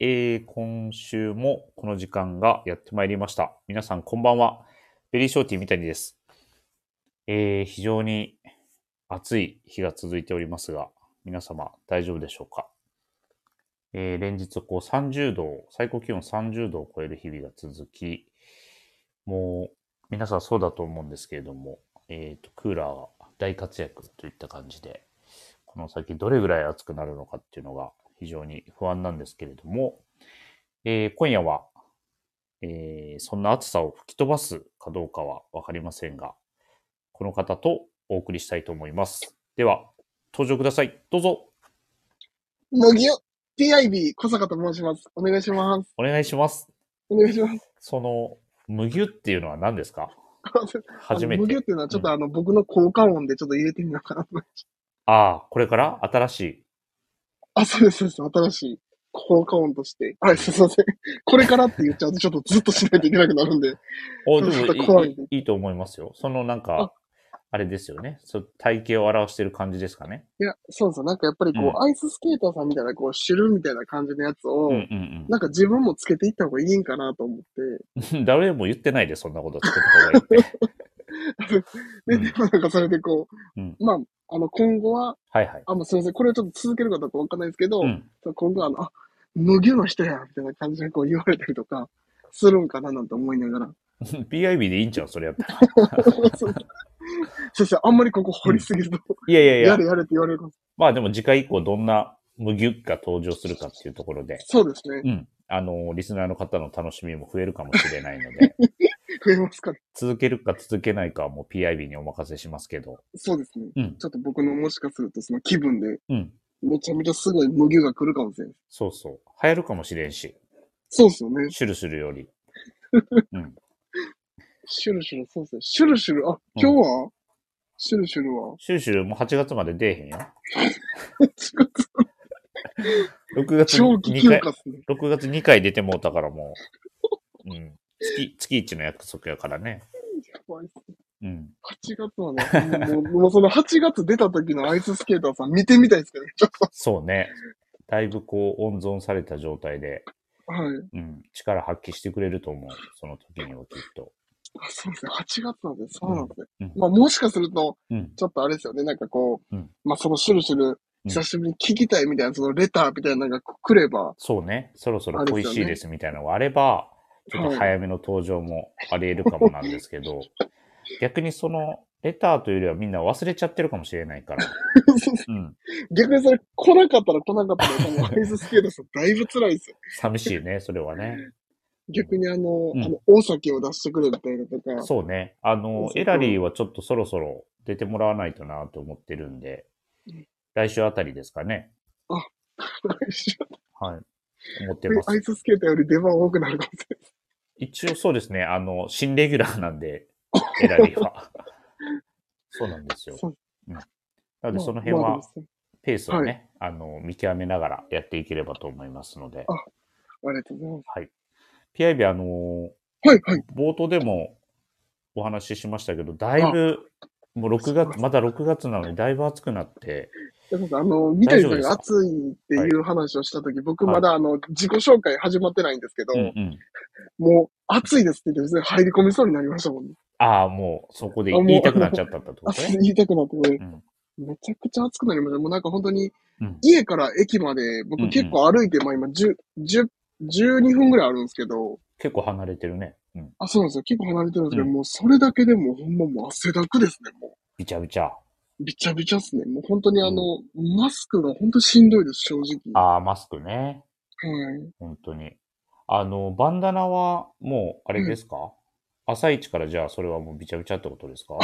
えー今週もこの時間がやってまいりました。皆さんこんばんは。ベリーショーティー三谷です。えー非常に暑い日が続いておりますが、皆様大丈夫でしょうか。えー連日こう30度を、最高気温30度を超える日々が続き、もう皆さんそうだと思うんですけれども、えーと、クーラーが大活躍といった感じで、この先どれぐらい暑くなるのかっていうのが非常に不安なんですけれども、えー今夜は、えーそんな暑さを吹き飛ばすかどうかはわかりませんが、この方とお送りしたいと思います。では、登場ください。どうぞ、乃木よ、TIB 小坂と申します。お願いします。お願いします。お願いします。その、無牛っていうのは何ですか 初めあの無て料。っていうのはちょっとあの、僕の効果音でちょっと入れてみようかなと 思いました。ああ、これから新しい。あ、そうです、そうです。新しい効果音として。あ、すいません。これからって言っちゃうとちょっとずっとしないといけなくなるんで。おちょっでとも怖いいいいいと思いますよ。そのなんかあ、あれですよね。そう体型を表してる感じですかね。いや、そうですよ。なんかやっぱりこう、うんアイススケーターさんみたいな、こう、シュルみたいな感じのやつを、うんうんなんか自分もつけていった方がいいんかなと思って。うん。 誰も言ってないで、そんなことつけた方がいいって。で、うんでもなんかそれでこう、うんまあ、あの、今後は、はいはい。あ、もうすいません。これをちょっと続けるかどうかわかんないですけど、うん。 今度はあの、あ、無牛の人やみたいな感じでこう言われたりとか、するんかななんて思いながら。 PIB でいいんちゃうそれやったら。そう先生、あんまりここ掘りすぎると、いやいやいややれ。やれって言われるかもまあでも次回以降どんな無牛が登場するかっていうところで、そうですね。うん。あの、リスナーの方の楽しみも増えるかもしれないの で、増えますから。続けるか続けないかはもう PIB にお任せしますけど、そうですね。うん。ちょっと僕のもしかするとその気分で、うん。めちゃめちゃすごい無牛が来るかもしれない。そうそう。流行るかもしれんし、そうですよね。シュルシュルより。うん。シュルシュル、そうですね。シュルシュル、あ、今日は、シュルシュルはシュルシュルも8月まで出えへん よ。違う 6月長期2休回、暇っすね。 6月2回出てもうたからもう、うん。月、月1の約束やからね。やばいっすうん。 8月はね、もう、もうその8月出た時のアイススケーターさん見てみたいですけどね、ちょっそうね。だいぶこう温存された状態で、と。はい。うん、力発揮してくれると思う。その時にはきっと。あそうですね、8月なんで、そうなんですね。うんまあ、もしかすると、うん。ちょっとあれですよね、なんかこう、うんまあ、そのシュルシュル、久しぶりに聞きたいみたいな、そのレターみたいなのが来れば、 そうね。そろそろあれです恋しいよねですみたいなのがあれば、ちょっとはい、早めの登場もあり得るかもなんですけど、逆にそのレターというよりはみんな忘れちゃってるかもしれないから。うん。逆にそれ来なかったら来なかったら、多分アイススケートさんだいぶ辛いですよ。寂しいね、それはね。逆にあの、うんあの、大酒を出してくれみたいな とか、そうね。あのそ、うエラリーはちょっとそろそろ出てもらわないとなと思ってるんでうん、来週あたりですかね。来週はい。思ってますア。イススケーターより出番多くなるかもしれ一応そうですね、あの、新レギュラーなんで、 エラリー は。そうなんですよ。そううん、なのない。で、その辺まあはまあでもペースをね、あの、見極めながらやっていければと思いますので、あありがとうございます。 PIB、あの、はい、はい。冒頭でもお話ししましたけど、だいぶ、もう6月、まだ6月なのに、だいぶ暑くなって、だからあの、三谷さんが暑いっていう話をしたとき、僕まだあの、自己紹介始まってないんですけど、うんうん。もう、暑いですって言って、別に入り込みそうになりましたもんね。ああ、もう、そこであもう言いたくなっちゃったってこと暑ねい。言いたくなって、うんめちゃくちゃ暑くなりました。もうなんか本当にうん、家から駅まで、うんう僕ん結構歩いて、まあ今10、10、12分ぐらいあるんですけど、結構離れてるね。うん。あ、そうなんですよ。結構離れてるんですけど、うんもうそれだけでもうほんまもう汗だくですね、もびちゃびちゃ。う。びちゃびちゃっすね。もう本当にあの、マスクが本当しんどいです、正直。はああ、マスクね。い。 本当に。あの、バンダナはもう、あれですか、朝一からじゃあそれはもうびちゃびちゃってことですか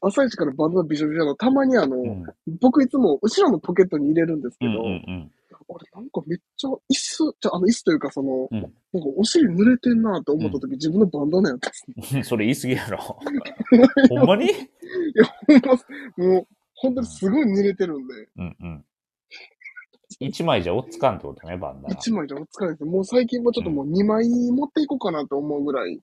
朝一からバンドのびしょびしょの、たまにあの、うん。僕いつも後ろのポケットに入れるんですうけんうど、んあれ、なんかめっちゃ、椅子、じゃあ、あの椅子というか、その、うんなんかお尻濡れてんなと思った時、自分のバンダナやったんですね。うん。 それ言い過ぎや ろ。ほんまにもう、本当にすごい濡れてるんで、うん うん。一枚じゃおっつかんってことね、バンダナ。一枚じゃお疲れです。もう最近はちょっともう2枚持っていこうかなと思うぐらい。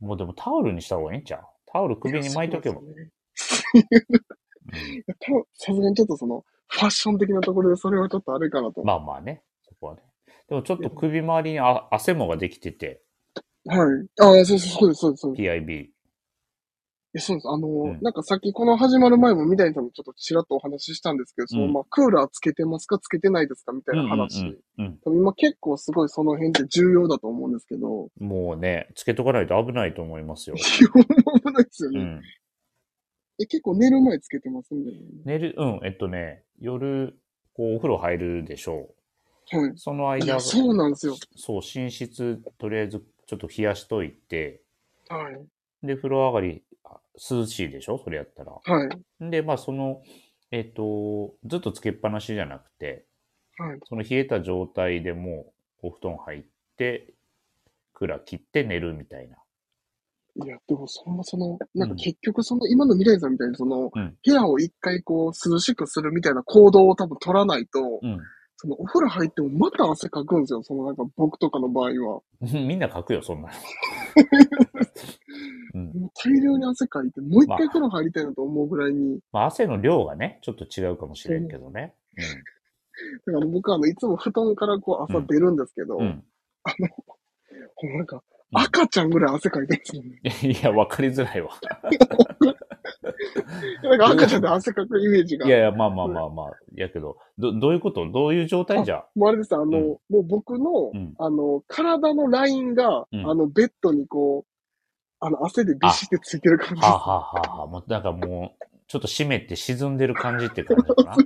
もうでもタオルにした方がいいんちゃうタオル首に巻いとけば。そううんですね。 たさすがにちょっとその、ファッション的なところでそれはちょっとあれかなと。まあまあね。そこはね。でもちょっと首周りにあ汗もができてて、はい。ああ、そうそう、そうです、そうです、そうです。 PIB。えそうです。あの、うんなんかさっきこの始まる前も三谷さんもちょっとちらっとお話ししたんですけど、そのうんまあ、クーラーつけてますかつけてないですかみたいな話。うんうん多分今結構すごいその辺って重要だと思うんですけど、うんもうね、つけとかないと危ないと思います よ。基本危ないですようね、 ん、え。結構寝る前つけてますんで、ね。寝る、うん、えっとね、夜、こう、お風呂入るでしょはう。そのい。い間、や、そうなんですよ。そう、寝室、とりあえず、ちょっと冷やしといて、はい。で、風呂上がり、あ涼しいでしょそれやったら。はい。で、まあ、その、えっ、と、ずっとつけっぱなしじゃなくて、はい。その冷えた状態でもう、お布団入って、クーラー切って寝るみたいな。いや、でも、そんな、その、なんうかん結局、その、今の未来さんみたいに、その、うん部屋を一回こう、涼しくするみたいな行動を多分取らないと、その、お風呂入ってもまた汗かくんですよ。その、なんか僕とかの場合は。うん。 みんな書くよ、そんな の。うんもう大量に汗かいて、もう一ま回あ風呂入りたいなと思うぐらいに、まあ、汗の量がね、ちょっと違うかもしれんけどね。だから僕はあの、いつも布団からこう、う朝ん出るんですけど、うん。うんあの、ほんまなんか、赤ちゃんぐらい汗かいてるんですよね。 いや、わかりづらいわ。なんか赤ちゃんで汗かくイメージが。いやいや、まあまあまあまあ。やけど、ど、どういうことどういう状態じゃもうあれです、あの、うんもう僕の、うんあの、体のラインが、うんあの、ベッドにこう、あの、汗でビシってついてる感じはあ、はあはあはあ、もう、なんかもう、ちょっと湿って沈んでる感じって感じかな。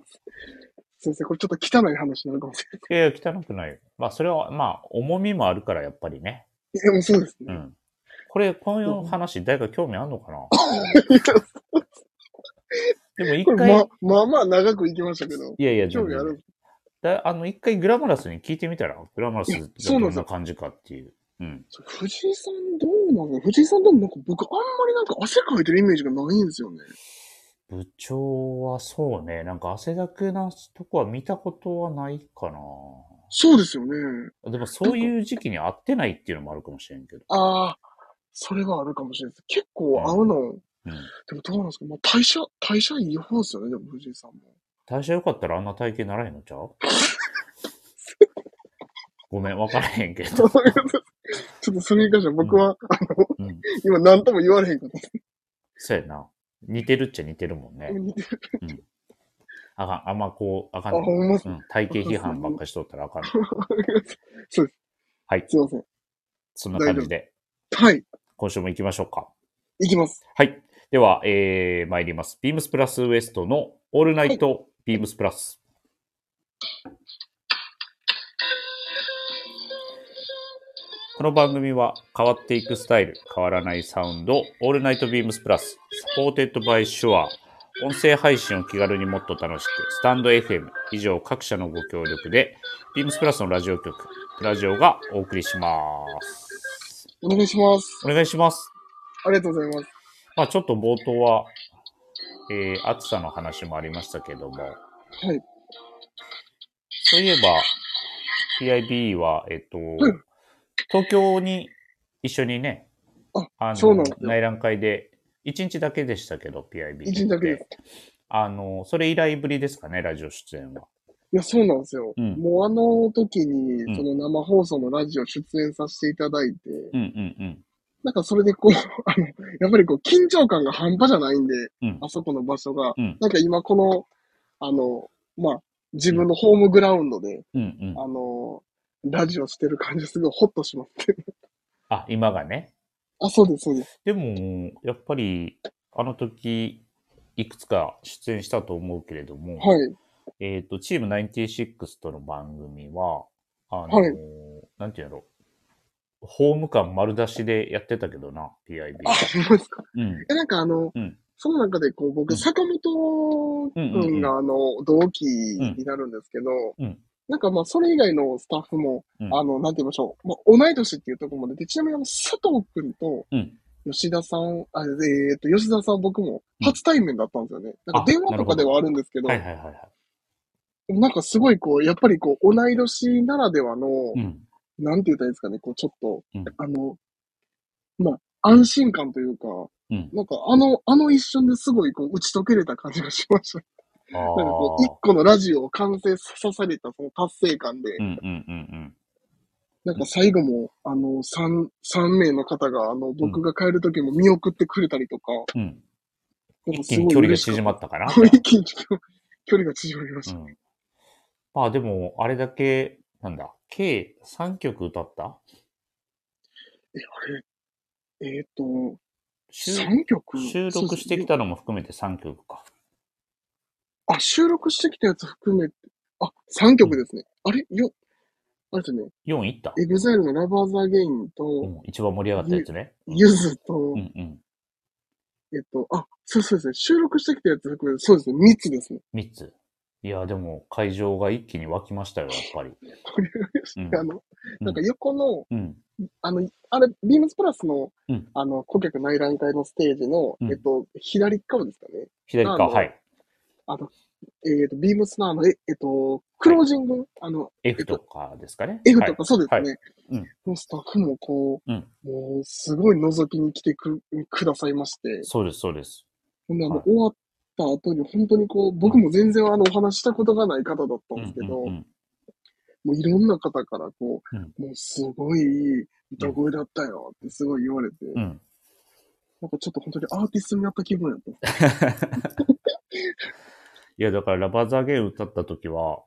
先生、これちょっと汚い話になるかもしれいやいや、汚くないよ。まあ、それは、まあ、重みもあるから、やっぱりね。ない。でもそうですう ね。ん。これ、こういう話、誰か興味あんの かなでも、一これ回、ま、まあまあ長くいきましたけど、いやいや、興味あ全然る。だあの、一回グラマラスに聞いてみたら、グラマラスっていやそうなどんでんすよな感じかっていう。うん。藤井さんどうなの藤井さんでもなんか僕あんまりなんか汗かいてるイメージがないんですよね。部長はそうね、なんか汗だくなとこは見たことはないかな。そうですよね。でも、そういう時期に合ってないっていうのもあるかもしれんけど。ああ、それはあるかもしれないです。結構合うの、うん。でもどうなんですか、まあ、代謝、代謝いい方ですよね、でも藤井さんも。代謝良かったらあんな体型ならへんのちゃ うごめん、わからへんけち どょっ。とそれに関しては僕は、あの、うん。今何とも言われへんかった。そうやな。似てるっちゃ似てるもんね。あかん、あんまこう、あかあ、んね、ほんまっすう。ん。体型批判ばっかしとったらあ かんね、そうです。はいすいません。そんな感じで、はい。今週も行きましょうか。いきます。はい。では、えー、参ります。ビームスプラスウエストのオールナイトビームスプラス。この番組は変わっていくスタイル、変わらないサウンド、オールナイトビームスプラス、サポーテッドバイシュア、音声配信を気軽にもっと楽しく、スタンド FM 以上各社のご協力で、ビームスプラスのラジオ局、ラジオがお送りします。お願いします。お願いします。ありがとうございます。まあちょっと冒頭は、えー、暑さの話もありましたけども、はい。そういえば、PIB は、えっと、ん東京に一緒にね、あそうなんのですよ、内覧会で、1日だけでしたけど、PIB って。一日だけです。あの、それ以来ぶりですかね、ラジオ出演は。いや、そうなんですよ。うんもうあの時にう、んその生放送のラジオ出演させていただいて、うんうんうん。なんかそれでこう、 あの、やっぱりこう、緊張感が半端じゃないんで、うんあそこの場所が、うんなんか今この、あの、まあ、自分のホームグラウンドで、うんうん。あの、ラジオしてる感じすごいホッとしまって。 あ、今がね。あ、そうです、そうです。でも、やっぱり、あの時、いくつか出演したと思うけれども、はい。えっ、と、チーム96との番組は、あのーはいなんていうんやろ、ホーム感丸出しでやってたけどな、PIB。あ、ほんまですか。うん。え、なんかあの、うんその中でこう、僕、うん坂本君があの、同期になるんですけど、うんなんかまあ、それ以外のスタッフも、うんあの、なんて言いましょう、まあ、同い年っていうところも出て、ちなみにあの佐藤君とうん。吉田さん、あえっと、吉田さん僕も初対面だったんですよね。なんあか電話とかではあるんですけど、はいはいはいはい。でもなんかすごいこう、やっぱりこう、同い年ならではの、うん。なんて言ったらいいんですかね、こう、ちょっと、うんあの、まあ、安心感というか、うん。なんかあの、あの一瞬ですごいこう打ち解けれた感じがしました。あなんかこう、一ー個のラジオを完成さされたその達成感で、うんうんうんなんか最後も、あの、三、三名の方が、あの、僕が帰る時も見送ってくれたりとか、うん。うん。なんか一す気にご距い離が嬉しか縮まっったかな。た。一気に距離距離が縮まりました。うんまあでも、あれだけ、なんだ、計3曲歌ったえっ、と、収3曲収録してきた。たのも含めて3曲か。あ、収録してきたやつ含めて、あ、3曲ですね。あれよ、あれですね、 4いった、エグザイルのラバーズ・アゲインうと、ん、一番盛り上がったやつね。ゆずとう、んうん。えっと、あ、そうそうですね、収録してきたやつ含めて、そうですね、3つですね。 3つ。いや、でも会場が一気に沸きましたよ、やっぱり。うん あの、なんか横の、うん。あの、あれ、ビームスプラスの、うんあの、顧客内覧会のステージの、うんえっと、左側ですかね。左あか、のはい。あの、えっと、ビームスのあの、え、えっと、クロージング、あの、 F とかですかね。 F はいとかそうですね。はいうんもうスタッフもこう、うんもうすごい覗きに来てくくださいまして、そうです、そうです。ほんであの、はい終わった後に本当にこう、僕も全然あの、お話ししたことがない方だったんですけど、うんうんうんもういろんな方からこう、うんもうすごいいい歌声だったよってすごい言われて、うん。なんかちょっと本当にアーティストになった気分やった。いや、だから、ラバーザーゲーム歌った時 は、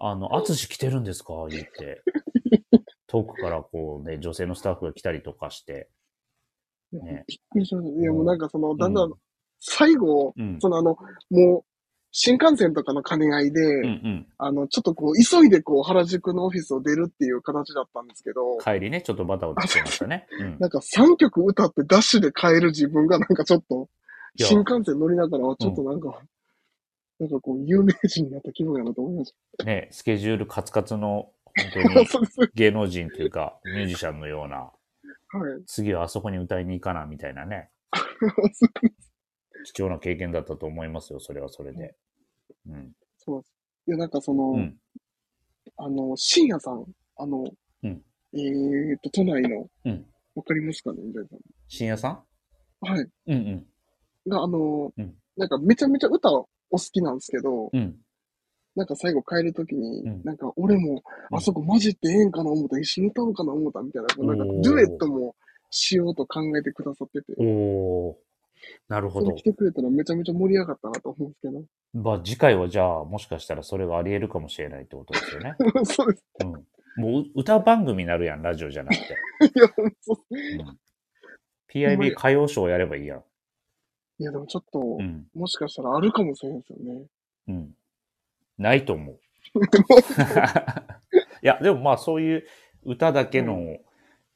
あの、アツシ来てるんですか言って。遠くからこうね、女性のスタッフが来たりとかして。ねびっくりしました。いや、うんもうなんかその、だんだうんん、最後、うん。そのあの、もう、新幹線とかの兼ね合いで、うんうん。あの、ちょっとこう、急いでこう、原宿のオフィスを出るっていう形だったんですけど、帰りね、ちょっとバタバタしてましたね。うん。なんか3曲歌ってダッシュで帰る自分がなんかちょっと、いや 新幹線乗りながらはちょっとなんか、なんかこう、有名人になった気分やなと思いましね、スケジュールカツカツの、本当た。にそう です。はい。芸能人というか、ミュージシャンのような、次はあそこに歌いに行かな、みたいなね、貴重な経験だったと思いますよ、それはそれで。うん。そうです。いや、なんかその、うん。あの、深夜さん、あの、うんえーっと、都内の、うんわかりますかね、みたい深夜さな。はい。んうんが、あの、うんなんかめちゃめちゃ歌お好きなんですけど、うん。うん。なんか最後帰るときに、うんなんか俺も、うんあそこ混じってええんかな思った、一緒に歌おうかな思ったみたいな、こうなんかおーデュエットもしようと考えてくださってて、おー。なるそほれど来。てくれたらめちゃめちゃ盛り上がったなと思うんですけど。まあ次回はじゃあ、もしかしたらそれがあり得るかもしれないってことですよ ね。そうです。うん。もうう歌番組になるやん、ラジオじゃなくて。いや、そううん、PIB 歌謡ショーやればいいやん。いやでもちょっと、うん。もしかしたらあるかもしれないですよね。うん。ないと思う。 いや、でもまあそういう歌だけうの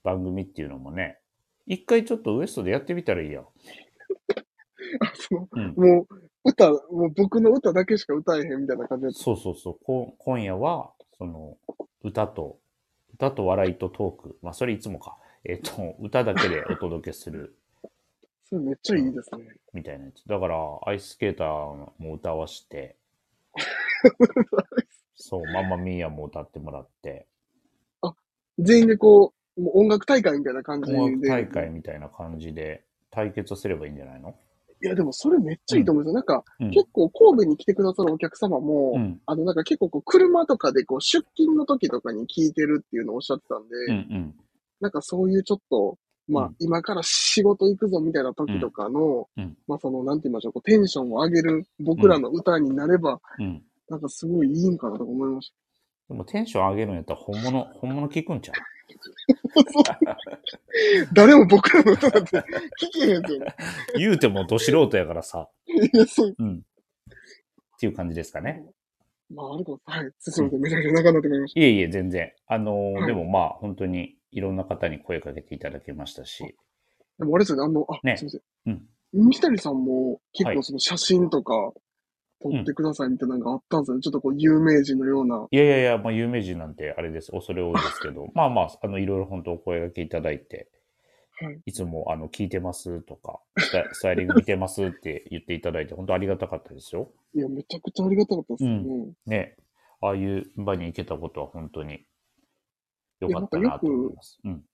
番組っていうのもね、一回ちょっとウエストでやってみたらいいやん。あそのうんもう、歌、もう僕の歌だけしか歌えへんみたいな感じだった。そうそうそう。こ今夜は、その、歌と、歌と笑いとトーク。まあそれいつもか。えっ、と、歌だけでお届けする。 それめっちゃいいですね。みたいなやつ。だから、アイススケーターも歌わして、 そう、ママミーヤも歌ってもらって、全員でこう、もう音楽大会みたいな感じで。音楽大会みたいな感じで対決をすればいいんじゃないのいや、でもそれめっちゃいいと思うんですよ。なんか、うん結構神戸に来てくださるお客様も、うん。あの、なんか結構こう、車とかでこう、出勤の時とかに聞いてるっていうのをおっしゃってたんで、うんうん。なんかそういうちょっと、まあ、うん今から仕事行くぞみたいな時とかの、うんうんまあその、なんて言いましょう、こうテンションを上げる僕らの歌になれば、うん。なんかすごいいいんかなとか思いましでもテンション上げるんやったら本物、本物聞くんちゃうた。誰も僕らの歌なんて聞けへんすよね。言うてもど素人やからさ。いや、そう。うん。っていう感じですかね。まあ、あるかも。はい。すみません。めちゃめちゃ長くなってまいりましいえいえ、全然。あのーはいでもまあ、本当にいろんな方に声かけていただけましたし。た。でもあれですよね、あの、あ、ねすみません。うん三谷さんも結はい構その写真とか撮ってくださいみたいなのがあったんですよね。ちょっとこう、有名人のような。いやいやいや、まあ、有名人なんてあれです。恐れ多いですけ ど。まあまあ、あの、いろいろ本当お声掛けいただいて、はいいつも、あの、聞いてますとか、スタ スタイリング見てますって言っていただいて、本当ありがたかったですよ。いや、めちゃくちゃありがたかったですよね。ね。ああいう場に行けたことは本当に良かったいやななんかとよく思います。うん。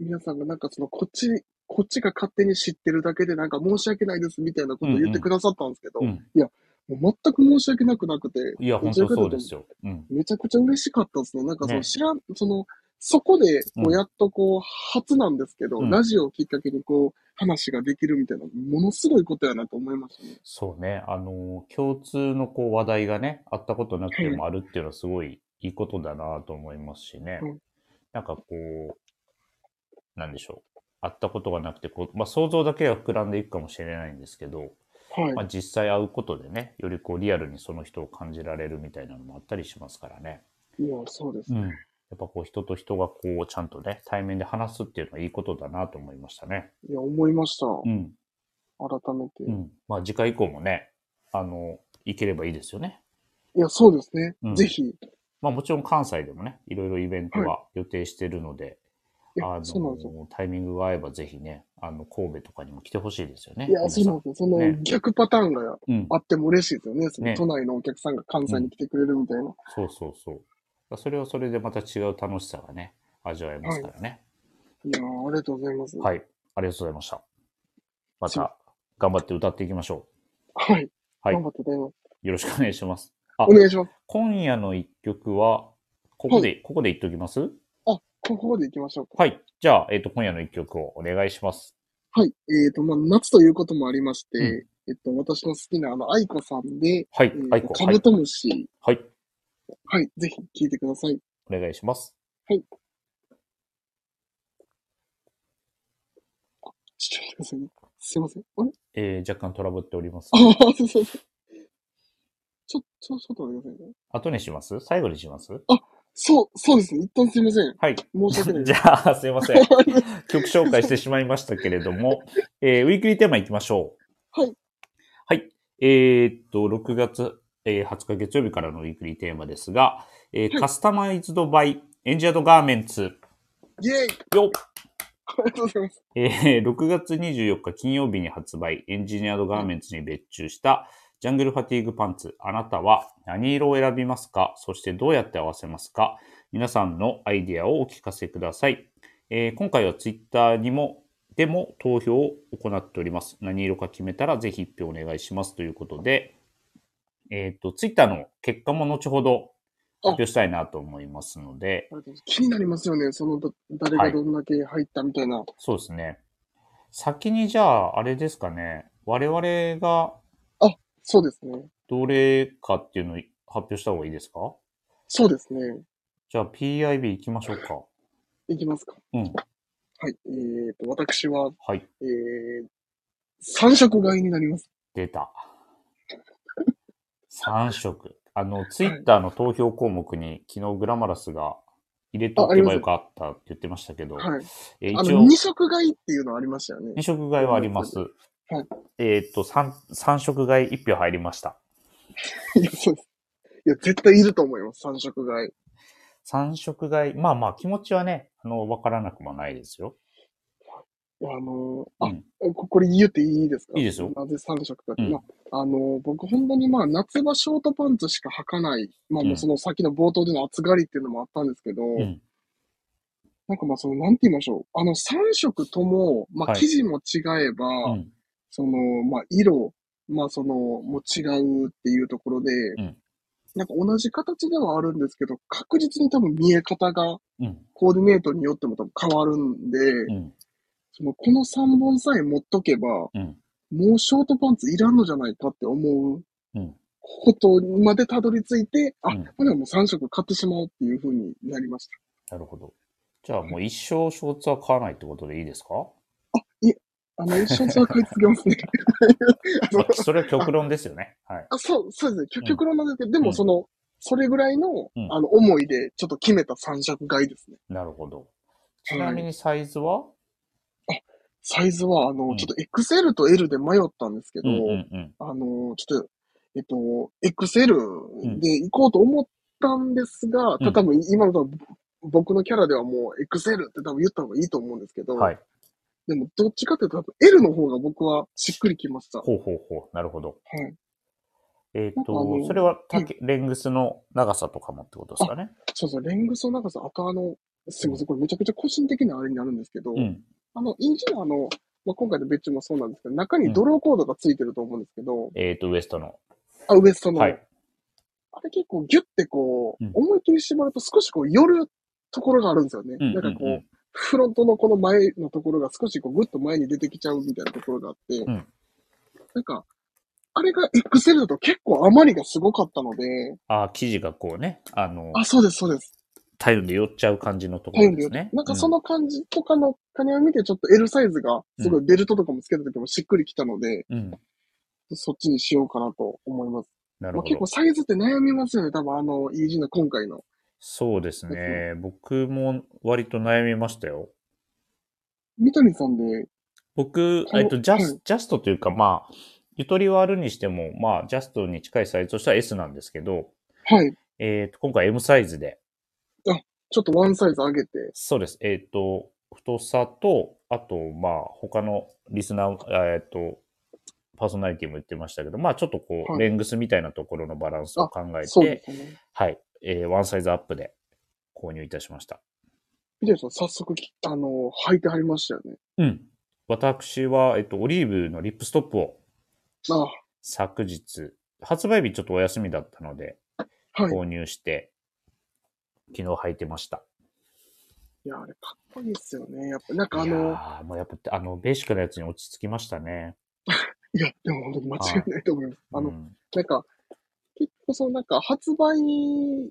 皆さんがなんかその、こっち、こっちが勝手に知ってるだけでなんか申し訳ないですみたいなことを言ってくださったんですけど、うん。いや、もう全く申し訳なくなくて、いや、本当そうですよ。うん。めちゃくちゃ嬉しかったですね。なんかそのね知らん、その、そこで、うんもうやっとこう、初なんですけど、うんラジオをきっかけにこう、話ができるみたいな、ものすごいことやなと思いましたね。そうね。あのー、共通のこう話題がね、あったことなくてもあるっていうのはすごいいいことだなと思いますしねうん。なんかこう、なんでしょう。あったことがなくて、こう、まあ想像だけが膨らんでいくかもしれないんですけど、はい。まあ実際会うことでね、よりこうリアルにその人を感じられるみたいなのもあったりしますからね。いや、そうですうね。ん。やっぱこう人と人がこうちゃんとね、対面で話すっていうのはいいことだなと思いましたね。いや、思いました。うん。改めて。うん。まあ次回以降もね、あの、行ければいいですよね。いや、そうですね。うんぜひ。まあもちろん関西でもね、いろいろイベントは予定してるので、いや、あそうなんですよ。の、タイミングが合えばぜひね、あの、神戸とかにも来てほしいですよね。いや、皆さそんうなんですよ。そのね逆パターンがうんあ。っても嬉しいですよね。そのね都内のお客さんが関西に来てくれるみたいな。そうそうそう。それはそれでまた違う楽しさがね、味わえますからね。いやー、ありがとうございます。はい。ありがとうございました。また、頑張って歌っていきましょはい。はい頑張って歌います。う。よろしくお願いします。あお願いします。今夜の一曲は、ここで、ここで言っときますここまで行きましょうか。はい。じゃあ、えっ、と、今夜の一曲をお願いします。はい。えっ、と、まあ、夏ということもありまして、うんえっと、私の好きなあの、愛子さんで、はえいー。アイコカはブい。トムシ、はい。はい、ぜひ聴いてください。お願いします。ちょっと待ってくださいね。すいません。あれえー、若干トラブっております。ああ、そうそうそう。ちょ、ちょ、ちょっと待ってくださいね。後にします最後にしますそう、そうですね。一旦すいません。はい。申し訳ないじでゃあ、すいませ ん。曲紹介してしまいましたけれども、えーウィークリーテーマいきましょう。はい。はい。えーっと、6月、えー20日月曜日からのウィークリーテーマですが、えーはいカスタマイズドバイエンジェドガーメンツ。す。イェイよっありがとうございます。えー6月24日金曜日に発売、エンジニアードガーメンツに別注した、ジャングルファティーグパンツ。あなたは何色を選びますかそしてどうやって合わせますか皆さんのアイディアをお聞かせください。えー今回はツイッターにも、でも投票を行っております。何色か決めたらぜひ一票お願いしますということで、えっ、と、ツイッターの結果も後ほど発表したいなと思いますので、ありがとうございます気になりますよね。その、だ誰がどんだけ入ったみたいな。そうですね。先にじゃあ、あれですかね。我々がそうですね。どれかっていうのを発表した方がいいですかそうですね。じゃあ PIB 行きましょうか。いきますか。うん。はい。えっ、と、私は、はい。えー、三色買いになります。出た。3色。あの、ツイッターの投票項目に昨日グラマラスが入れておけばよかったって言ってましたけど、はい。えーあ一の、応二色買いっていうのありましたよね2。色買いはあります。はいえーっと3、3色買い1票入りました。 いや、そうです。いや、絶対いると思います、三色買い。 3色買い、まあまあ気持ちはね、あの、わからなくもないですよ。いやあのうーんあ、ここれ言っていいですかいいですよなぜ三色か、うんまあ、あのー僕本当にまあ、夏場ショートパンツしか履かない。まあ、うんもうそのさっきの冒頭での暑がりっていうのもあったんですけど、うん。なんかまあ、その、なんて言いましょう。あの、三色とも、まはあ、い生地も違えば、うんその、まあ、色、まあ、その、も違うっていうところで、んなんか同じ形ではあるんですけど、確実に多分見え方が、うん。コーディネートによっても多分変わるんで、うん。そのこの3本さえ持っとけば、うん。もうショートパンツいらんのじゃないかって思ううんことまでたどり着いて、あ、うんこれはもう3色買ってしまおうっていう風になりました。なるほど。じゃあもう一生ショーツは買わないってことでいいです かあの、ショーツは買い続けますね。 あまのあそれは極論ですよね。はい。あそう、そうですね。ん結局論なんですけど、でうもんその、それぐらいの、うんあの、思いで、ちょっと決めた三色買いですね。なるほど。ちなみにサイズは、サイズは、あの、うんちょっと XL と L で迷ったんですけど、うんうんうん。あの、ちょっと、えっと、XL で行こうと思ったんですが、うん多分今のとこ僕のキャラではもう XL って多分言った方がいいと思うんですけど、はい。でもどっちかっていうと多分 L の方が僕はしっくりきました。はほうほうほう。なるほど。い。えっ、なんかあと、のそれは丈レングスの長さとかもってことですかね。そうそう、レングスの長さ、あとあの、すいません、これめちゃくちゃ個人的なあれになるんですけど、うん。あの、インジンはあの、まあ、今回の別注もそうなんですけど、中にドローコードがついてると思うんですけど、えっ、と、ウエストの。あ、ウエストの。はい。あれ結構ギュッてこう、うん思い切り絞ると少しこう寄るところがあるんですよね。うんなんかこう、うんうんフロントのこの前のところが少しこうグッと前に出てきちゃうみたいなところがあって、んなんか、あれが XL だと結構余りがすごかったので、ああ、生地がこうね、あの、あ、そうです、そうです。体温で寄っちゃう感じのとこタイろムでですよね。なんかそうの感じとかの兼ね合いを見てちょっと L サイズが、すごいベルトとかもつけた時もしっくりきたので、ん、うん。そっちにしようかなと思います。なるまほどあ、結。構サイズって悩みますよね、多分あの EG の今回の。そうですね。僕も割と悩みましたよ。三谷さんで、僕、このえっと、ジャうスジャストというか、まあ、ゆとりはあるにしても、まあ、ジャストに近いサイズとしては S なんですけど、はい、えっと、今回 M サイズで、ちょっとワンサイズ上げて、そうです。えっ、と、太さと、あと、まあ、他のリスナー、えっ、と、パーソナリティも言ってましたけど、まあ、ちょっとこう、はいレングスみたいなところのバランスを考えそうてで、すね。はい、えーワンサイズアップで購入いたしました。三谷さん、早速き、あの、履いてはりましたよね。うん。私は、えっ、と、オリーブのリップストップをあ昨日、発売日ちょっとお休みだったので、はい。購入して、昨日履いてました。いや、あれ、かっこいいですよね。やっぱ、なんかあいやの、ーもうやっぱ、あの、ベーシックなやつに落ち着きましたね。いや、でも本当に間違いないと思います。あのう、んなんか、結構そのなんか発売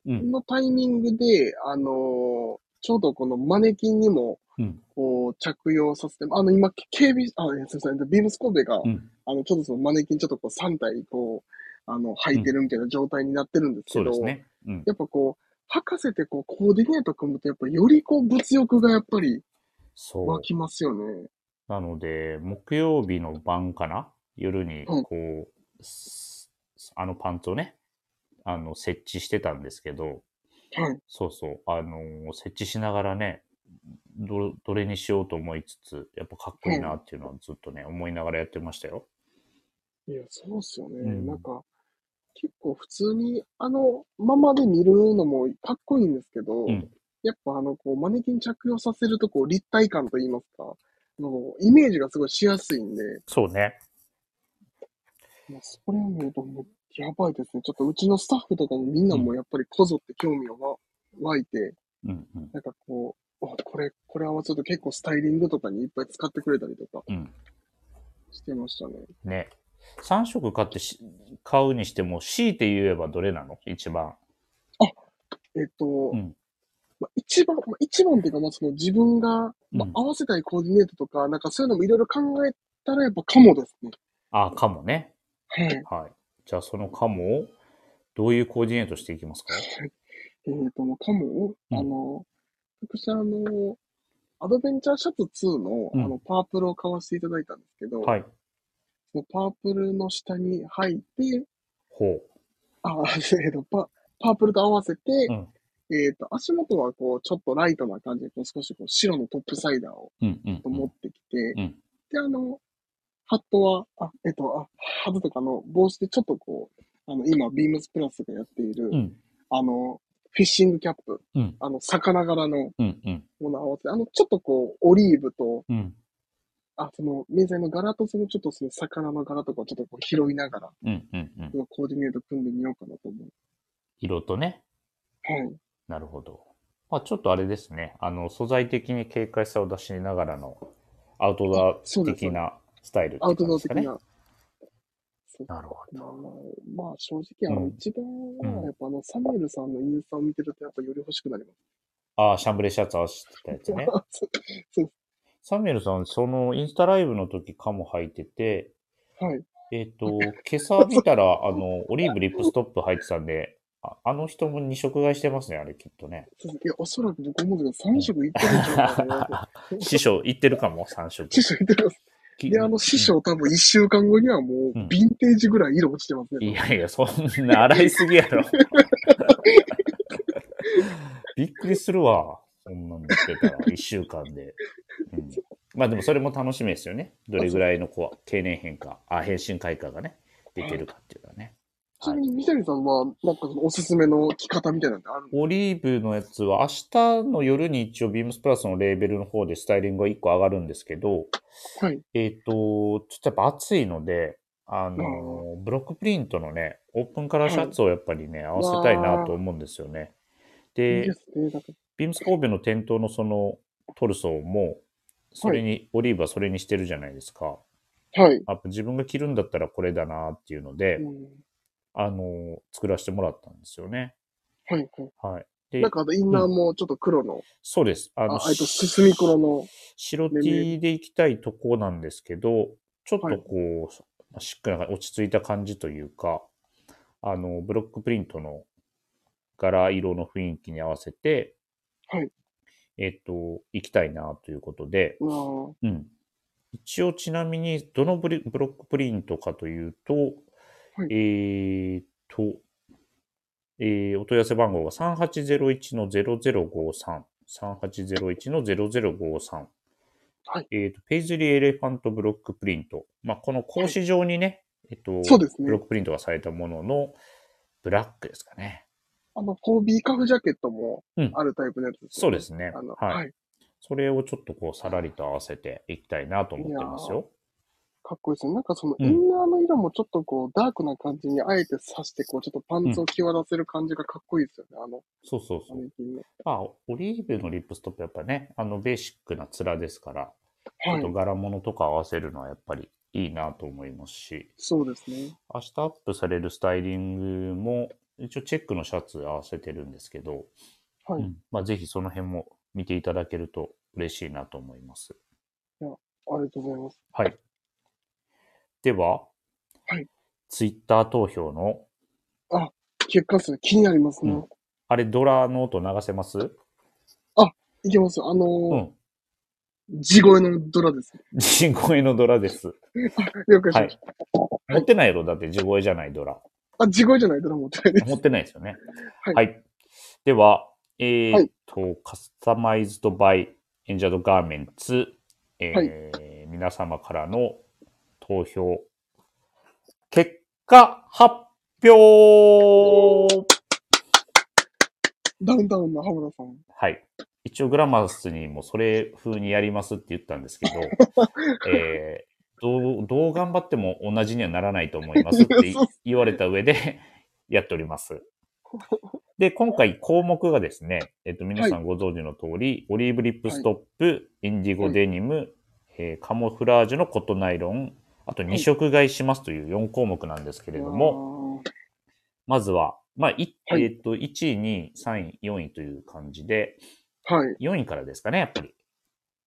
のタイミングで、あの、ちょうどこのマネキンにも、うんこう、着用させて、あの、今、警備、あ、えすみません、ビームス神戸が、うんあの、ちょっとそのマネキンちょっとこう3体、こう、あの、履いてるみたいな状態になってるんですけそうど、ですね。うん。やっぱこう、履かせてこう、コーディネート組むと、やっぱよりこう、物欲がやっぱりそう。湧きますよね。なので、木曜日の晩かな夜に、うんこう、すあのパンツをね、あの、設置してたんですけど、はい。そうそう、あのー設置しながらね、ど、どれにしようと思いつつ、やっぱかっこいいなっていうのはずっとね、思いながらやってましたよ。いや、そうっすよね。うんなんか、結構普通に、あの、ままで見るのもかっこいいんですけど、うんやっぱあの、こう、マネキン着用させると、こう、立体感といいますか、のイメージがすごいしやすいんで、そうね。まあ、それを見ると、もう、やばいですね。ちょっとうちのスタッフとかもみんなもやっぱりこぞって興味がわ湧いて、うんうん。なんかこう、おこれ、これ合わせると結構スタイリングとかにいっぱい使ってくれたりとかうん。してましたね。ね。3色買ってし、買うにしても、強いて言えばどれなの一番。えっと、うんまあ、一番、まあ、一番っていうか、まあ、その自分が、まあうん、合わせたいコーディネートとか、なんかそういうのもいろいろ考えたらやっぱカモですね。あ、かもね。はい。はい。じゃあ、そのかもを、どういうコーディネートしていきますかえっ、と、もうカモを、うんあの、私あの、アドベンチャーシャツ2の、うんあの、パープルを買わせていただいたんですけど、はい。そのパープルの下に入って、ほう。あ、 えっと、パ、パープルと合わせて、うんえっ、と、足元はこう、ちょっとライトな感じで、こう少しこう白のトップサイダーをうんうんう持っん。てきて、うんで、あの、ハットは、あ、えっ、と、あ、ハトとかの帽子でちょっとこう、あの、今、ビームスプラスがやっている、うんあの、フィッシングキャップ、うんあの、魚柄のうんうんものを合わせて、あの、ちょっとこう、オリーブと、うんあ、その、迷彩の柄と、その、ちょっとその、魚の柄とかをちょっとこう、拾いながら、うんうんうん。コーディネート組んでみようかなと思う。色とね。はい。なるほど。まあちょっとあれですね。あの、素材的に軽快さを出しながらのアウトドそうアです的なスタイルってア感ウじトドでアす的かね。な。そうなるほまあ、まあ、正直、あうの、ん一番うんは、やっぱあの、サミュエルさんのインスタを見てると、やっぱより欲しくなります。ど。ああ、シャンブレーシャツ合わせてたやつね。 サミュエルさん、そのインスタライブの時カモ履いてて、はい。えっ、と、今朝見 たら、あの、オリーブリップストップ履いてたんで、ああの人も二色買いしてますね、あれきっとね。そういや、おそらく僕思うんですけど、3色いってるんちゃうかなと思って。 師匠、行ってるかも、三色。師 匠いってます。で、あの、師匠多分1週間後にはもう、うんヴィンテージぐらい色落ちてますいね。やいや、そんな洗いすぎやろ。びっくりするわ。そんなのしてたら、一週間で。うんまあでもそれも楽しみですよね。どれぐらいのこう経年変化、あ、変身開花がね、出てるかっていうのはね。ちなみに、三谷さんは、なんかそのおすすめの着方みたいなのってあるんでオリーブのやつは明日の夜に一応ビームスプラスのレーベルの方でスタイリングが1個上がるんですけど、すかはい。えっ、と、ちょっとやっぱ暑いので、あの、ブロックプリントのね、オープンカラーシャツをやっぱりね、合わせたいなと思うんですよね。いいでで、すね。だかビームス神戸の店頭のそのトルソーも、それに、オリーブはそれにしてるじゃないですか。らはい。やっぱ自分が着るんだったらこれだなっていうので、うんあの、作らせてもらったんですよね。はいははい。い。でなん、かあとインナーもちょっと黒の、そうです。あのあ、えっと、すすみ黒の。白 T で行きたいとこなんですけど、ちょっとはいこう、シックな、落ち着いた感じというか、あの、ブロックプリントの柄色の雰囲気に合わせて、はいえっと、行きたいなということで、うわうん。一応ちなみに、どのブリブロックプリントかというと、はいえーっと、えーお問い合わせ番号が3801の0053。3801の0053。はいえーっと、ペイズリーエレファントブロックプリント。まあ、この格子状にね、えっと、そうですねブロックプリントがされたものの、ブラックですかね。あの、こう、ビーカフジャケットもうんあるタイプのやつですそうでよね、すね。あの、はい。はい。それをちょっとこう、さらりと合わせていきたいなと思ってますよ。かっこいいですね。なんかそのうんインナーの色もちょっとこう、ダークな感じにあえて刺して、こう、ちょっとパンツを際立せる感じがかっこいいですよね。あの、そうそうそマう。ネキンの。まあ、オリーブのリップストップやっぱね、あのベーシックな面ですから、ちょっとはい。柄物とか合わせるのはやっぱりいいなと思いますし、そうですね。明日アップされるスタイリングも、一応チェックのシャツ合わせてるんですけど、はい。うんまあ、ぜひその辺も見ていただけると嬉しいなと思います。ありがとうございます。はい。では、はいツイッター投票の、結果数気になりますね。うんあれドラの音流せますいけます。あのうー、ん。 地声のドラです。地声のドラです。了解しはまいした。。持ってないやろだって地声じゃないドラ。あ、地声じゃないドラ持ってな い です。持ってないですよね。は。はいいでは、えーはいっと、カスタマイズドバイエンジャードガーメンツ、えーは皆様からの投票、結果発表ダウンタウンの浜田さん。はい。一応グラマスにもそれ風にやりますって言ったんですけど、えーどう、どう頑張っても同じにはならないと思いますっていそう言われた上で やっております。で、今回項目がですね、えっ、と、皆さんご存知の通り、オリーブリップストップ、インディゴデニム、えーカモフラージュのコットンナイロン、あと2色買いしますという4項目なんですけれども、も。まずは、まあ、いはいえっ、と、1位、2位、3位、4位という感じで、はい。 4位からですかね、やっぱり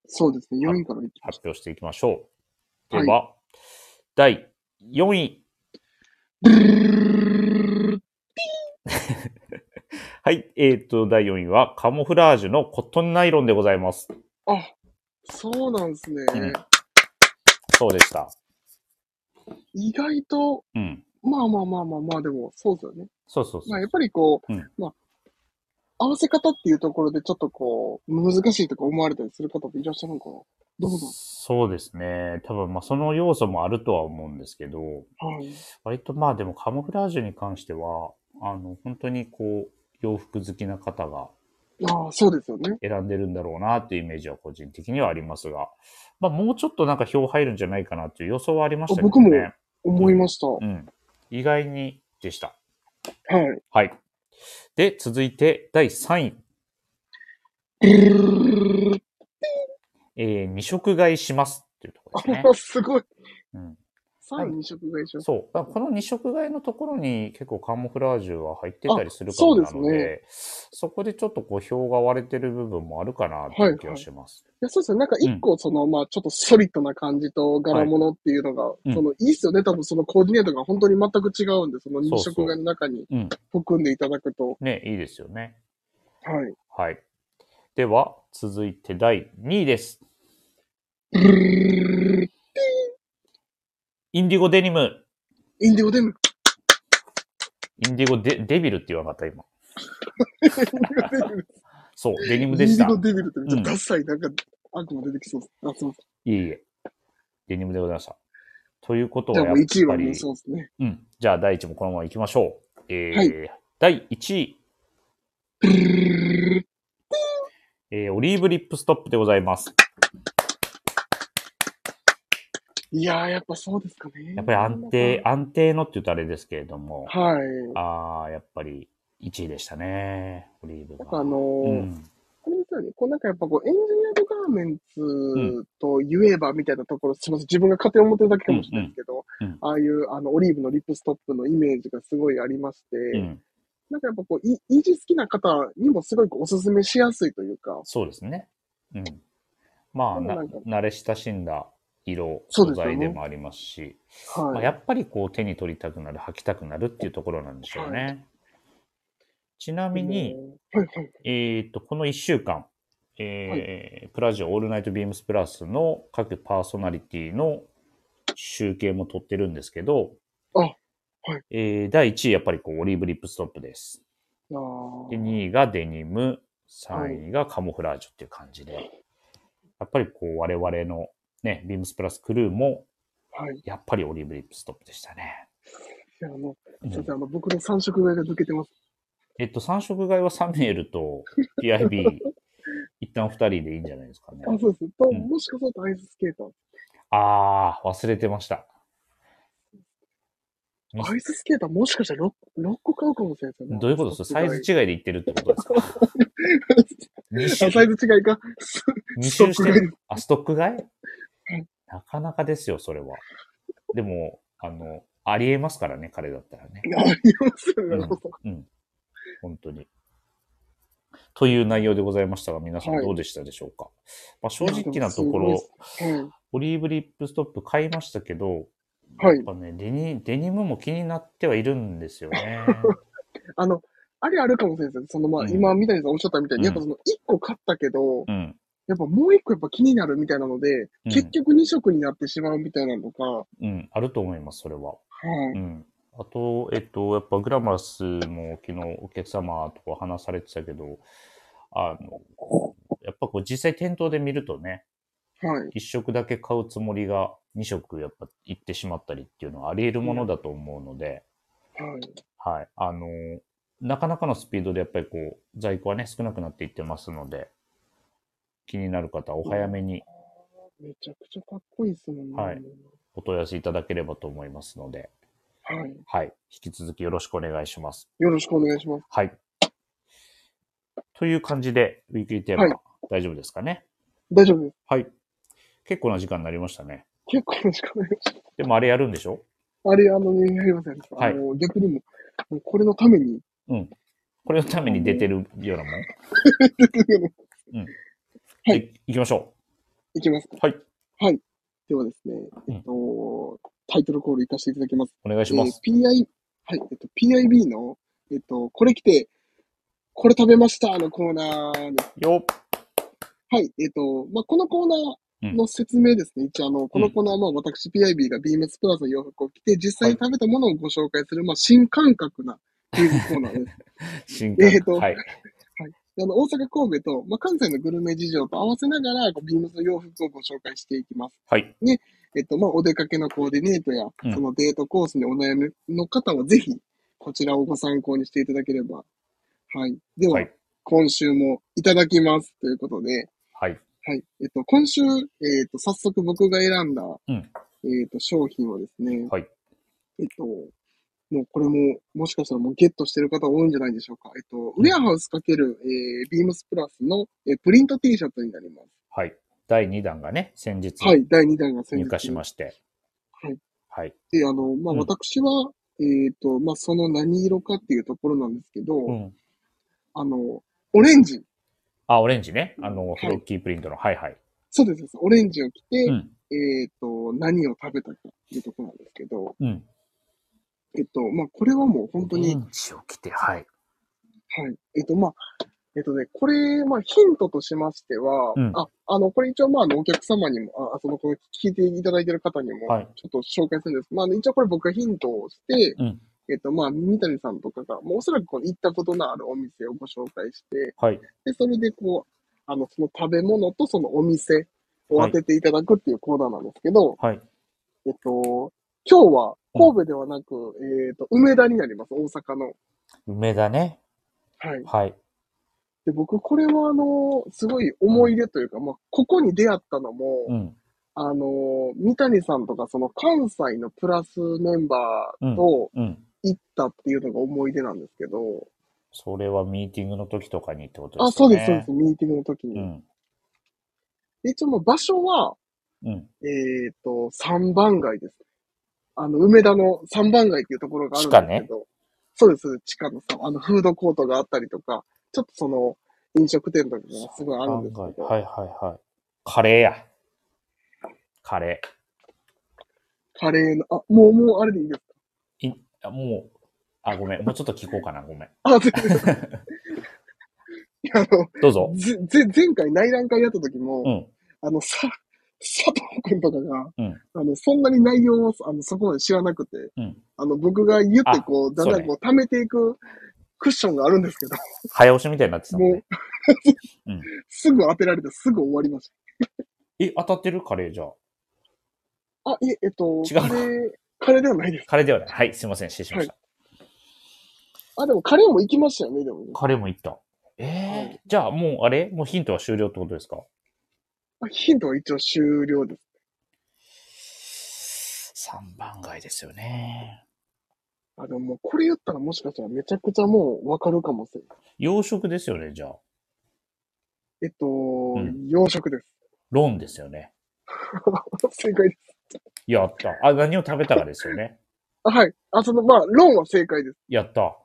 そうですね。4位からいきまし発表していきましょう。はいでは、第4位。はい、えっ、と、第4位は、カモフラージュのコットンナイロンでございます。た。あ、そうなんですね。うんそうでした。意外と、うん。まあまあまあまあまあ、でも、そうですよね。そうそうまそあ、う。やっぱりこう、うんまあ、合わせ方っていうところでちょっとこう、難しいとか思われたりする方もいらっしゃるのかなどうぞ。そうですね。多分、まあ、その要素もあるとは思うんですけど、はい。割とまあ、でもカモフラージュに関しては、あの、本当にこう、洋服好きな方がああ、そうですよね。選んでるんだろうなっていうイメージは個人的にはありますが、まあ、もうちょっとなんか票入るんじゃないかなっていう予想はありましたけどね。あ僕も思いました。うん。意外にでした。はい。はい。で、続いて第3位。えー、二色買いしますっていうところですねあ。すごい。うん、 3位2色が一 緒。そう。だからこの二色買いのところに結構カモフラージュは入ってたりするあかそらうでなすのねで、そこでちょっとこう票が割れてる部分もあるかなっていう気がします。いや、そうですね。なんか一個、その、まあ、ちょっとソリッドな感じと柄物っていうのが、いうんその、いいっすよね。多分そのコーディネートが本当に全く違うんで、そのそう2そう色がの中にうん。含んでいただくと。ね、いいですよね。はい。はい。では、続いて第2位です。インディゴデニム。インディゴデム。インディゴデデビルって言わなかった、今。インディゴデムそう、デニムイでンしディた。ゴデビルってめっちうんゃダッサい、なんか、悪魔出てきそうです。あ、そうです。いえいえ。デニムでございました。ということはじゃあやもっう1位ぱはり、もうそうですね。うん。じゃあ第1もこのまま行きましょう。えーは第1位、えーオリーブリップストップでございます。いやー、やっぱそうですかね。やっぱり安定、。安定のって言うとあれですけれども、はい。ああ、やっぱり1位でしたね、オリーブなんが。かあのーうん、あれですよね、こうなんかやっぱこう、エンジニアードガーメンツと言えばみたいなところ、すみません、自分が勝手に思ってるだけかもしれないですけど、うんうんああいうあのオリーブのリップストップのイメージがすごいありまして、うん、なんかやっぱこう、いイージー好きな方にもすごいこうおすすめしやすいというか、そうですね。うん。まあ、でもななんか慣れ親しんだ色、そう素ですよね材でもありますし、まはあ、い。やっぱりこう手に取りたくなる、履きたくなるっていうところなんでしょうね。ちなみに、はいはい。えっと、この1週間、えープラジオオールナイトビームスプラスの各パーソナリティの集計も取ってるんですけど、あはいえー第1位やっぱりこうオリーブリップストップです。あで、ー2位がデニム、3位がカモフラージュっていう感じで、やっぱりこう我々のね、ビームスプラスクルーもはい。いやっぱりオリーブリップストップでしたね。やあの、うんすいません、あの、僕の三色買いが抜けてます。えっと、3色買いはサミュエル と PIB、一旦2人でいいんじゃないですかね。あ、そうです。と、うんもしかするとアイススケーター。ああ、忘れてました。ミスアイススケーターもしかしたら 6, 6個買うかもしれないですよね。どういうことですかサイズ違い違いで言ってるってことです か二あサ種イズ違いか。す 二スト周してック買いるあ、ストック買い、うんなかなかですよ、それは。でも、あの、ありえますからね、彼だったらね。ありますよね。うんうん。本当に。という内容でございましたが、皆さんはいどうでしたでしょうか、まあ、正直なところ、うんオリーブリップストップ買いましたけど、はいやっぱねデニ、デニムも気になってはいるんですよ ね。あの、あれあるかもしれないですね。そのまあ、うん今、三谷さんおっしゃったみたいに、うんやっぱその1個買ったけど、うん。やっぱもう1個やっぱ気になるみたいなので、うん結局2色になってしまうみたいなのか、はうん、あると思います、それは。うい。ん。あと、えっと、やっぱグラマラスも昨日お客様と話されてたけど、あの、やっぱこう実際店頭で見るとね、はい。 1色だけ買うつもりが2色やっぱ行ってしまったりっていうのはあり得るものだと思うので、はい。はい。あの、なかなかのスピードでやっぱりこう、在庫はね、少なくなっていってますので、気になる方はお早めにめちゃくちゃかっこいいですもんね。はいお問い合わせいただければと思いますので、はい。はい。引き続きよろしくお願いします。よろしくお願いします。はい。という感じで、ウィークリーテーマ、はい大丈夫ですかね。大丈夫です。はい。結構な時間になりましたね。結構よろしくお願いします。でもあれやるんでしょあれ、あのね、すいません。あの、逆にも、もうこれのために、 うん。これのために出てるようなもん。はいい。行きましょいきますか。う。はい。ではですね、うんえっと、タイトルコールいかせていただきます。お願いします。えー PI、はい、えっと、PIB の、えっと、これ来て、これ食べましたのコーナーです。よっ。はい、えっと、まあ、このコーナーの説明ですね。一応、あの、このコーナーは、まあ、私 PIB がビームスプラスの洋服を着て、実際に食べたものをご紹介する、まあ、新感覚なクイズコーナーです。新刊、えーとはい。であの、大阪、神戸と、まあ、関西のグルメ事情と合わせながら、こうビームスの洋服をご紹介していきます。はい。えっと、まあ、お出かけのコーディネートやうん、そのデートコースにお悩みの方は、ぜひ、こちらをご参考にしていただければ。はい。では、はい。今週もいただきます。ということで、はい。はい。えっと、今週、えっと、早速僕が選んだ、んえっと、商品をですね、はい。えっと、もうこれも、もしかしたらもうゲットしてる方多いんじゃないでしょうか。えっと、ウェアハウス×、えー、ビームスプラスの、えープリント T シャツになります。はい。第2弾がね、先日はい。第2弾が先日入荷しまして。はい。はい。で、あの、まあ、うん私は、えっ、と、まあ、その何色かっていうところなんですけど、うん。あの、オレンジ。あ、オレンジね。あの、いフロッキープリントの。はいはい。そうです。そうですオレンジを着て、うん。えっ、と、何を食べたかっていうところなんですけど、うん。えっと、まあ、これはもう本当に、オレンジを着て、はい。はい。えっと、まあ、えっとね、これ、まあ、ヒントとしましては、うんあ、あの、これ一応、まあ、あの、お客様にも、あ、その、この聞いていただいてる方にも、はいちょっと紹介するんです。まああの、一応これ僕がヒントをして、うんえっと、まあ、三谷さんとかが、もうおそらくこの行ったことのあるお店をご紹介して、はい。で、それでこう、あの、その食べ物とそのお店を当てていただくっていうコーナーなんですけど、はい。えっと、今日は神戸ではなく、えっと、梅田になります、大阪の。梅田ね。はい。はい。で、僕、これはあの、すごい思い出というか、まあ、ここに出会ったのも、うん。あの、三谷さんとか、その関西のプラスメンバーとうん。行ったっていうのが思い出なんですけど、それはミーティングの時とかにってことあ、ですそかうね。です、そうです、ミーティングの時に。うん。で一応もう場所は、うん。えっ、と、三番街です。あの、梅田の三番街っていうところがあるんですけど、そうです、地下のさ、あの、フードコートがあったりとか、ちょっとその、飲食店とかがすごいあるんですけど、はいはいはい。カレーや。カレカレーの、あ、もう、もうあれでいいですー。いあもう、あ、ごめん。もうちょっと聞こうかな。ごめん。かあ、全 然。いや、あの、どうぞ。ぜ、ぜ、前回内覧会やった時も、うん。あの、さ、佐藤くんとかが、うんあの、そんなに内容を、あの、そこまで知らなくて、うん。あの、僕が言ってこう、だあんだんこう、溜めていくクッションがあるんですけど、早押しみたいになってたもんもねう。、うん すぐ当てられてすぐ終わりましえ、当たってるカレーじゃあ。た。あ、いえ、えっと、違うカレー、カレーではないです。カレーではない。はい。すいません。失礼しました。あ、でもカレーも行きましたよね、でもね。カレーもいった。ええはじゃあもうあれもうヒントは終了ってことですかあヒントは一応終了です。三番街ですよね。あ、でももうこれ言ったらもしかしたらめちゃくちゃもうわかるかもしれない。洋食ですよね、じゃあ。えっと、ん洋食です。 ロンですよね。正解です。やった。あ、何を食べたかですよね。 あ、はい。あ、その、まあ、論は正解です。やった。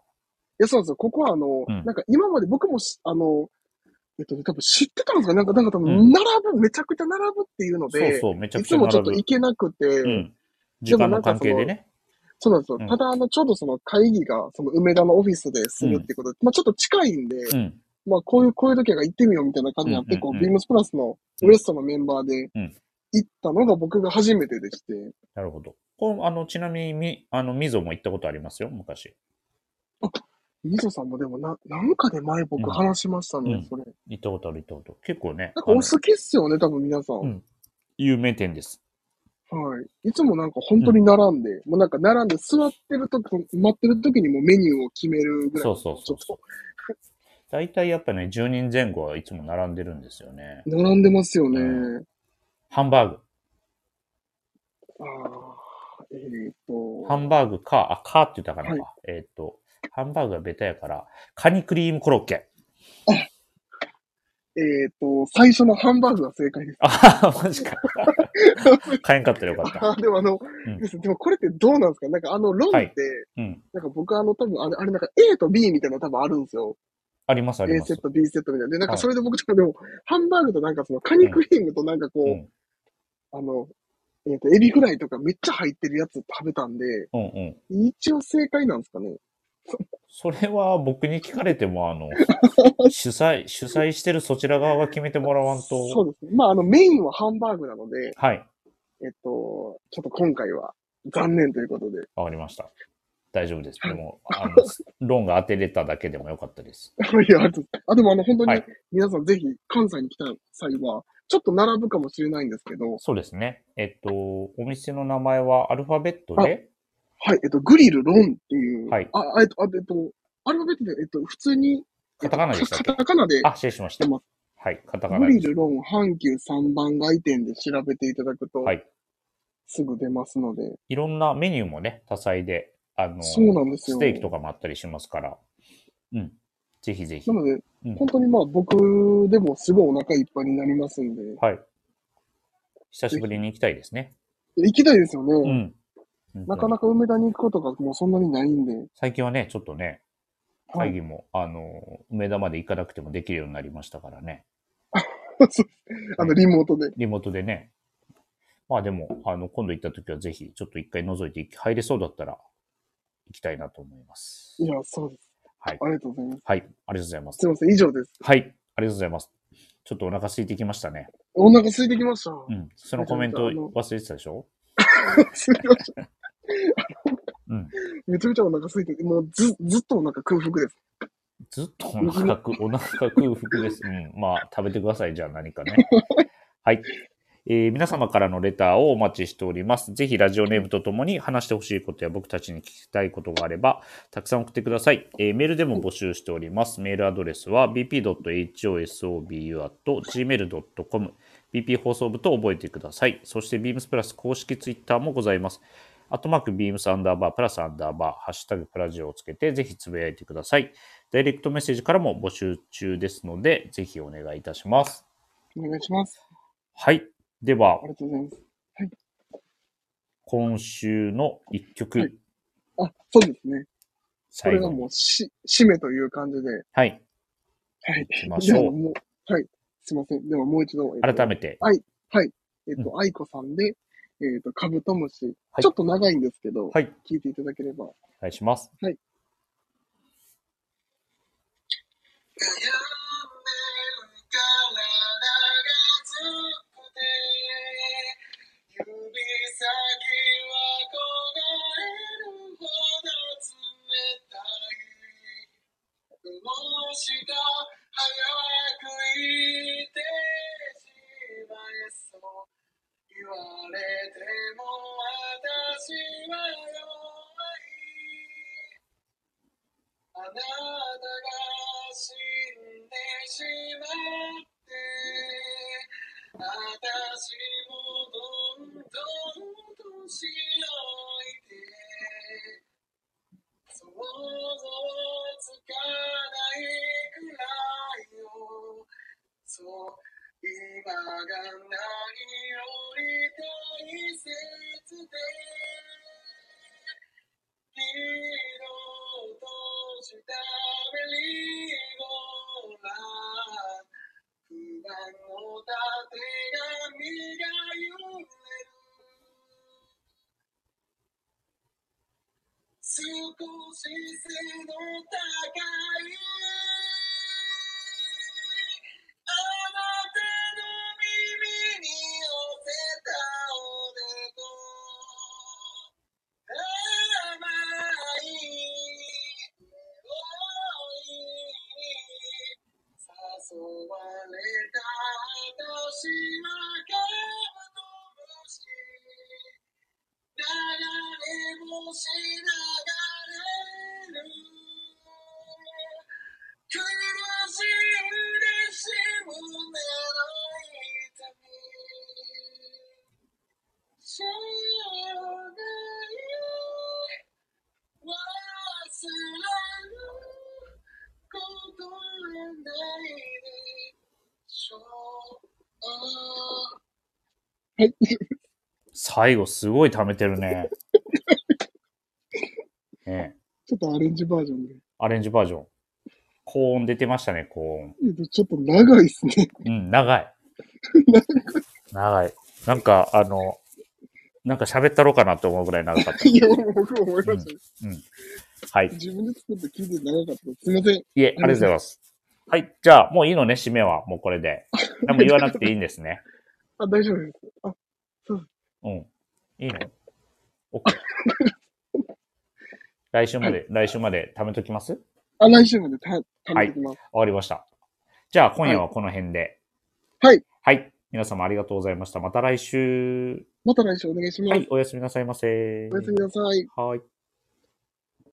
いや、そうなんですよ。ここはあの、うんなんか今まで僕もし、あの、えっとね、多分知ってたんですかなんか、なんか多分、うん並ぶ、めちゃくちゃ並ぶっていうのそうで、そう、めちゃいくちつゃもち並ょっとぶ。行けなくて、うん。時間の関係でね。そうなんですよ。うんただ、あの、ちょうどその会議が、その梅田のオフィスでするってことで、まあちょっと近いんで、うん。まあこういう、こういう時は行ってみようみたいな感じになって、うんうんうんこう、ビームスプラスのウエストのメンバーでうん、行ったのが僕が初めてでして、なるほど。こうあのちなみにみ、あの、みぞも行ったことありますよ、昔。みぞさんもでもな、なんかで前うん僕話しましたね、うんそれ。行ったことある、行ったことある。結構ね。なんかお好きっすよね、多分皆さん。うん有名店です。はい。いつもなんか本当に並んで、もうなんか並んで座ってるとき、待ってるときにもうメニューを決めるぐらい。そうそうそうそう。大体やっぱね、10人前後はいつも並んでるんですよね。並んでますよね。うハンバーああ、えっ、グ。と。ハンバーグか、あ、かって言ったかな。はいえーっと、ハンバーグがベタやから、カニクリームコロッケ。えっ、と、最初のハンバーグが正解です。ああ、マジか。 買えんかったらよかった。あ でもあの、うんですでもこれってどうなんですかなんかあの論って、はいうん。なんか僕あの多分あれ、あれなんか A と B みたいなの多分あるんですよ。あります、あり A まセすッ。ト、B セットみたいな。で、なはんかいそれで僕ちょっとでも、ハンバーグとなんかそのカニクリームとなんかこう、うん。あの、えっ、と、エビフライとかめっちゃ入ってるやつ食べたんで、うんうん。一応正解なんですかね。それは僕に聞かれても、 あの、主催、主催してるそちら側が決めてもらわんそと。うですね。まあ、あの、メインはハンバーグなので、はい。えっと、ちょっと今回は残念ということで。 わかりました。大丈夫です。でも、あの、ロンが当てれただけでもよかったです。いや、ありがとうございますあ、でもあの、本当はにい皆さんぜひ関西に来た際は、ちょっと並ぶかもしれないんですけど、そうですね。えっと、お店の名前はアルファベットで、はい、えっと、グリルロンっていう、はいあ、あえっと、あえっと、アルファベットで、えっと、普通に、えカっとタカナでしたっけカタカナで、あ、失礼しました。はい、カタカナグリですル。ロン阪急三番街店で調べていただくと、はいすぐ出ますので、いろんなメニューもね、多彩で、あの、そうなんですよ。ステーキとかもあったりしますから、うん。ぜひぜひな。ので、うん本当にまあ僕でもすごいお腹いっぱいになりますんで、はい。久しぶりに行きたいですね。行きたいですよね。うん。なか本当になか梅田に行くことがもうそんなにないんで。 最近はね、ちょっとね、は会議も、あの、梅田まで行かなくてもできるようになりましたからね。あの、リモートで。リモートでね。まあでも、あの、今度行った時はぜひ、ちょっと一回覗いて、入れそうだったら、行きたいなと思います。いや、そうです。はいありがとうございます。はい、ありがとうございますす。いません、以上です。はい、ありがとうございます。ちょっとお腹空いてきましたね。お腹空いてきました。うん。そのコメントあの忘れてたでしょすいませんうん。 めちゃめちゃお腹空いて、もうず、ずっとお腹空腹です。ずっとお腹がく、お腹が空腹です。うん。まあ、食べてください。じゃあ何かね。はい。えー皆様からのレターをお待ちしております。ぜひラジオネームとともに話してほしいことや僕たちに聞きたいことがあれば、たくさん送ってください。えーメールでも募集しております。メールアドレスは bp.hosobu.gmail.com BP 放送部と覚えてください。そして Beams プラス公式 Twitter もございます。アットマーク Beams アンダーバープラスアンダーバー、ハッシュタグプラジオをつけてぜひつぶやいてください。ダイレクトメッセージからも募集中ですので、ぜひお願いいたします。お願いします。はい。ではあり、がとうございます。今週の一曲、はいあ、そうですね。こ最れが後に。もうし、締めという感じで。はい。はい。きましょうではもうはい。すいません。ではもう一度。えっと改めて。えっと、愛子さんで、えっと、カブトムシは。いちょっと長いんですけど、はい。聞いていただければ。お願いします。悩んでるから長くて指先は凍えるほど冷たいどうした早く言ってしまえそう言われても私は弱いあなたが死んでしまって、私もどんどん年老いて、想像つかないくらいを、そう、今が何より大切で、色としたメリーゴーランド不安のたてがみが揺れる少し背の高いあなたの耳に寄せたおでこ甘い匂い誘われた私はカブトムシ流れ星流れる苦しい嬉しい胸の痛みしょうがない忘れることはないでしょうはい。 最後、すごい溜めてるね。ねえちょっとアレンジバージョンで。アレンジバージョン。高音出てましたね、高音。えっと、ちょっと長いですね。 うん、長い。長い。なんか、あの、なんか喋ったろうかなと思うぐらい長かった。いや、僕も思いましたよ。はい。自分で作って聞いて長かったです。すみません。いえ、ありがとうございます。はい。じゃあ、もういいのね、締めは。もうこれで。何も言わなくていいんですね。あ、大丈夫です。あ、 うん。いいの ?OK。来週まで、来週まで貯めときます終あ来週までた、食べてきます。わりました。じゃあ、今夜はこの辺で。はい。はい。皆様ありがとうございました。また来週。また来週お願いします。はい。おやすみなさいませおやすみなさい。はい。